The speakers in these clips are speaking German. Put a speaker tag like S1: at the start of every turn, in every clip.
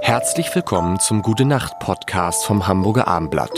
S1: Herzlich willkommen zum Gute Nacht Podcast vom Hamburger Armblatt.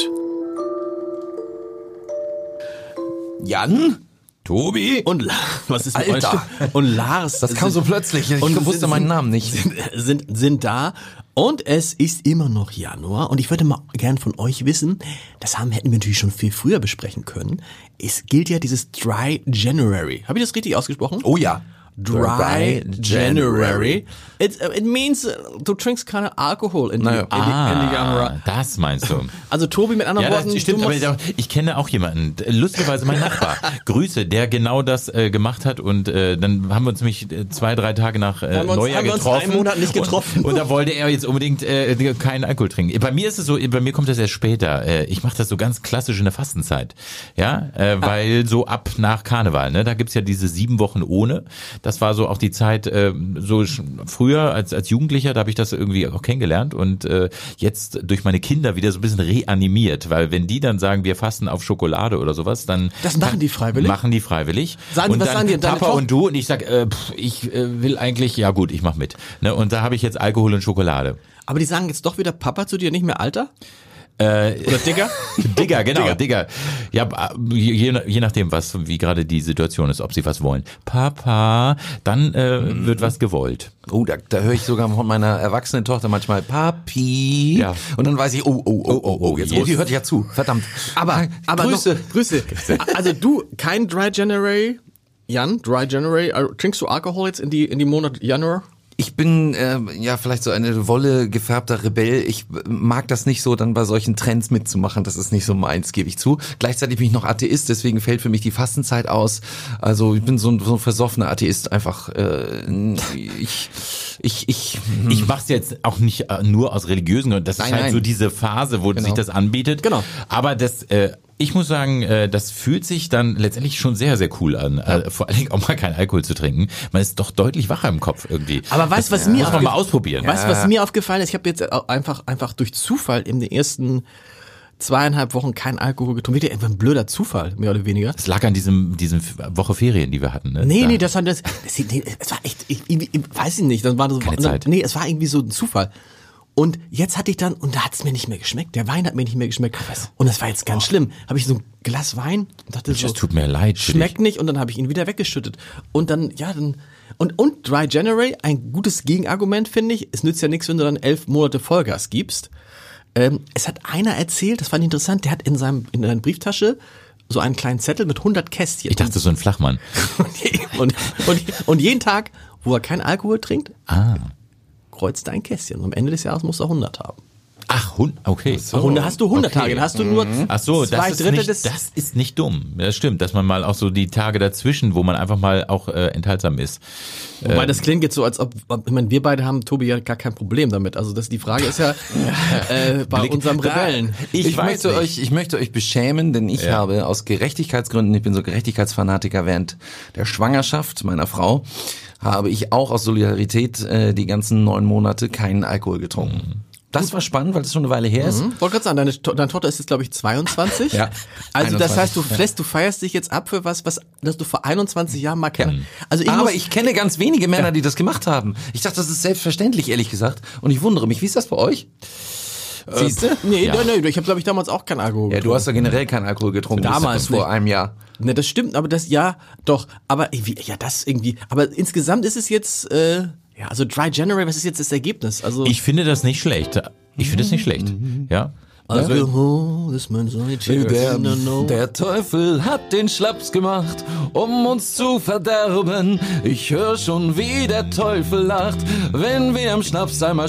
S2: Jan?
S3: Tobi?
S2: Und La was ist mit
S3: Alter.
S2: euch? Und Lars.
S3: Das kam so plötzlich. Ich
S2: und
S3: wusste
S2: sind-
S3: meinen Namen nicht.
S2: Sind, sind, sind da. Und es ist immer noch Januar. Und ich würde mal gern von euch wissen, das haben, hätten wir natürlich schon viel früher besprechen können. Es gilt ja dieses Dry January. Habe ich das richtig ausgesprochen?
S3: Oh ja.
S2: Dry,
S3: Dry
S2: January. It, it means, äh, du trinkst keine Alkohol in,
S3: Naja. ah.
S2: die, in, die, in die Januar.
S4: Ah, das meinst du.
S2: Also Tobi mit anderen
S4: Ja,
S2: Worten,
S4: das stimmt,
S2: du
S4: aber
S2: musst,
S4: ich kenne auch jemanden, lustigerweise mein Nachbar, Grüße, der genau das äh, gemacht hat und äh, dann haben wir uns nämlich äh, zwei, drei Tage nach äh,
S2: Haben wir uns-
S4: Neujahr
S2: haben wir uns
S4: getroffen.
S2: einen Monat nicht getroffen.
S4: Und, und da wollte er jetzt unbedingt äh, keinen Alkohol trinken. Bei mir ist es so, bei mir kommt das erst später. Äh, ich mache das so ganz klassisch in der Fastenzeit, ja,
S2: Ah.
S4: äh, weil so ab nach Karneval, ne, da gibt's ja diese sieben Wochen ohne. Das war so auch die Zeit, äh, so sch- früher als als Jugendlicher, da habe ich das irgendwie auch kennengelernt und äh, jetzt durch meine Kinder wieder so ein bisschen reanimiert, weil wenn die dann sagen, wir fasten auf Schokolade oder sowas, dann
S2: Das machen die freiwillig?
S4: Machen die freiwillig.
S2: Sagen die-
S4: und
S2: was
S4: dann
S2: sagen die? Deine
S4: Papa
S2: Tochter-
S4: und du und ich sag, äh, pff, ich äh, will eigentlich, ja gut, ich mach mit. Ne? Und da habe ich jetzt Alkohol und Schokolade.
S2: aber die sagen jetzt doch wieder Papa zu dir, nicht mehr Alter?
S4: Äh,
S2: Oder Digger?
S4: Digger, genau, Digger. Ja, b- äh, je, je- je nachdem, was, wie gerade die Situation ist, ob sie was wollen. Papa, dann äh, wird was gewollt.
S3: Oh, da, da höre ich sogar von meiner erwachsenen Tochter manchmal Papi.
S4: Ja.
S3: Und dann weiß ich, oh, oh, oh, oh, oh. Jetzt, oh,
S4: Jetzt.
S3: die hört ja zu. Verdammt.
S2: Aber, aber
S3: Grüße.
S2: Noch, Grüße. Also du, kein Dry January, Jan, Dry January. Äh, Trinkst du Alkohol jetzt in die, in die Monat Januar?
S3: Ich bin ähm, ja vielleicht so eine Wolle gefärbter Rebell. Ich äh, mag das nicht so, dann bei solchen Trends mitzumachen. Das ist nicht so meins, gebe ich zu. Gleichzeitig bin ich noch Atheist, deswegen fällt für mich die Fastenzeit aus. Also ich bin so ein, so ein versoffener Atheist einfach. Äh, ich, ich, ich,
S2: Hm.
S4: Ich mach's jetzt auch nicht äh, nur aus religiösen Gründen. Das
S3: Nein,
S4: ist halt
S3: nein.
S4: so diese Phase, wo sich das anbietet.
S2: Genau.
S4: Aber das, äh, ich muss sagen, äh, das fühlt sich dann letztendlich schon sehr, sehr cool an. Äh, vor allen Dingen auch mal keinen Alkohol zu trinken. Man ist doch deutlich wacher im Kopf irgendwie.
S2: Aber weißt was mir
S4: muss man
S2: aufge-
S4: mal ausprobieren.
S2: Weißt du, was mir aufgefallen ist? Ich habe jetzt au- einfach, einfach durch Zufall in den ersten zweieinhalb Wochen keinen Alkohol getrunken. Wirklich einfach ein blöder Zufall, mehr oder weniger.
S4: Es lag an diesem, diesem F- Woche Ferien, die wir hatten. Ne?
S2: Nee,
S4: Da-
S2: nee, das war das. das nee, es war echt, ich, irgendwie- ich, weiß ich nicht. Das war so,
S4: Keine Zeit.
S2: Nee, es war irgendwie so ein Zufall. Und jetzt hatte ich dann, und da hat's mir nicht mehr geschmeckt. Der Wein hat mir nicht mehr geschmeckt. Und das war jetzt ganz schlimm. Habe ich so ein Glas Wein und dachte so,
S4: Es tut mir leid. für dich.
S2: schmeckt nicht und dann habe ich ihn wieder weggeschüttet. Und dann, ja, dann. Und, und Dry January, ein gutes Gegenargument, finde ich. Es nützt ja nichts, wenn du dann elf Monate Vollgas gibst. Ähm, es hat einer erzählt, das fand ich interessant, der hat in, seinem, in seiner Brieftasche so einen kleinen Zettel mit 100 Kästchen.
S4: Ich dachte, so ein Flachmann.
S2: und, und, und jeden Tag, wo er keinen Alkohol trinkt,
S4: Ah.
S2: kreuzt er ein Kästchen. Und am Ende des Jahres musst du 100 haben.
S4: Ach, Hund, okay. Mhm.
S2: So. Hunde hast du 100 Tage, dann hast du nur
S4: Ach so,
S2: zwei
S4: das ist,
S2: Drittel
S4: nicht,
S2: des...
S4: das ist nicht dumm. Das stimmt, dass man mal auch so die Tage dazwischen, wo man einfach mal auch äh, enthaltsam ist.
S3: Ähm.
S2: Wobei das klingt jetzt so, als ob, ob- ich meine, wir beide haben, Tobi, ja gar kein Problem damit. Also das, die Frage ist ja äh, bei
S4: Blick-
S2: unserem
S4: Da-
S2: Rebellen.
S3: Ich,
S4: Ich weiß
S3: möchte
S4: nicht.
S3: euch, ich möchte euch beschämen, denn ich habe aus Gerechtigkeitsgründen, ich bin so Gerechtigkeitsfanatiker während der Schwangerschaft meiner Frau, habe ich auch aus Solidarität äh, die ganzen neun Monate keinen Alkohol
S2: Mhm.
S3: getrunken. Das war spannend, weil das schon eine Weile her ist.
S2: hm? Wollte gerade sagen, deine, To- deine Tochter ist jetzt, glaube ich, 22.
S3: Ja.
S2: Also das
S3: 21,
S2: heißt, du, lässt, du feierst dich jetzt ab für was, was dass du vor 21 Jahren mal kennst. Also ich
S3: Aber
S2: muss,
S3: ich kenne ganz wenige Männer, die das gemacht haben. Ich dachte, das ist selbstverständlich, ehrlich gesagt. Und ich wundere mich, wie ist das bei euch? Siehst du?
S2: Äh, Nee,
S4: Ja.
S2: nee, nee, ich habe, glaube ich, damals auch keinen Alkohol
S3: Ja, du
S2: getrunken.
S3: hast ja generell keinen Alkohol getrunken.
S2: Damals
S3: bis vor
S2: nicht.
S3: einem Jahr.
S2: Ne, das stimmt, aber das, ja, doch, aber irgendwie, ja, das irgendwie, aber insgesamt ist es jetzt, äh, ja, also Dry January, was ist jetzt das Ergebnis? Also,
S4: Ich finde das nicht schlecht. Ich finde es nicht schlecht.
S3: Mhm.
S4: Ja.
S2: Alkohol Also ist mein Solitär.
S3: Der,
S2: No, no.
S3: der Teufel hat den Schlaps gemacht, um uns zu verderben. Ich höre schon, wie der Teufel lacht, wenn wir am Schnaps einmal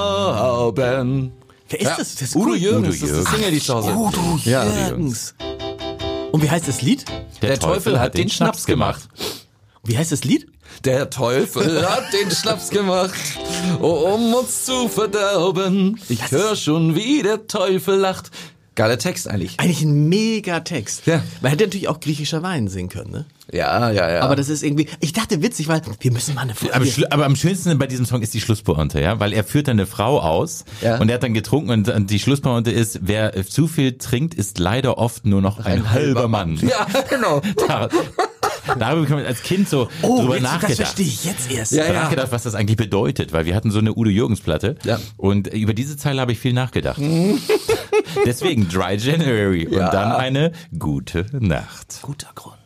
S3: sterben.
S2: Wer ist das? Das ist
S3: Udo
S2: cool.
S3: Jürgens,
S4: Udo
S3: das ist
S4: Jürgens.
S3: das Single, die Chance.
S2: Udo
S3: Ja.
S2: Jürgens. Und wie heißt das Lied?
S3: Der Teufel hat den Schnaps gemacht.
S2: Wie heißt das Lied?
S3: Der Teufel hat den Schnaps gemacht, um uns zu verderben. Ich höre schon, wie der Teufel lacht. Geiler Text eigentlich.
S2: Eigentlich ein mega Text.
S3: Ja.
S2: Man hätte natürlich auch griechischer Wein singen können, ne?
S3: Ja, ja, ja.
S2: Aber das ist irgendwie, ich dachte witzig, weil wir müssen mal eine Folge.
S4: Aber, schlu- aber am schönsten bei diesem Song ist die Schlusspointe, ja, weil er führt dann eine Frau aus
S3: Ja.
S4: und er hat dann getrunken und, und die Schlusspointe ist, wer äh, zu viel trinkt, ist leider oft nur noch ein, halber Mann.
S3: ja, genau.
S4: Da, Darüber kann man als Kind so
S3: Oh,
S4: drüber nachgedacht.
S2: ich jetzt erst.
S3: Ja,
S4: ja,
S3: ja.
S4: nachgedacht, was das eigentlich bedeutet, weil wir hatten so eine Udo Jürgens Platte
S3: Ja.
S4: und über diese Zeile habe ich viel nachgedacht. Deswegen Dry January und
S3: Ja.
S4: dann eine gute Nacht.
S2: Guter Grund.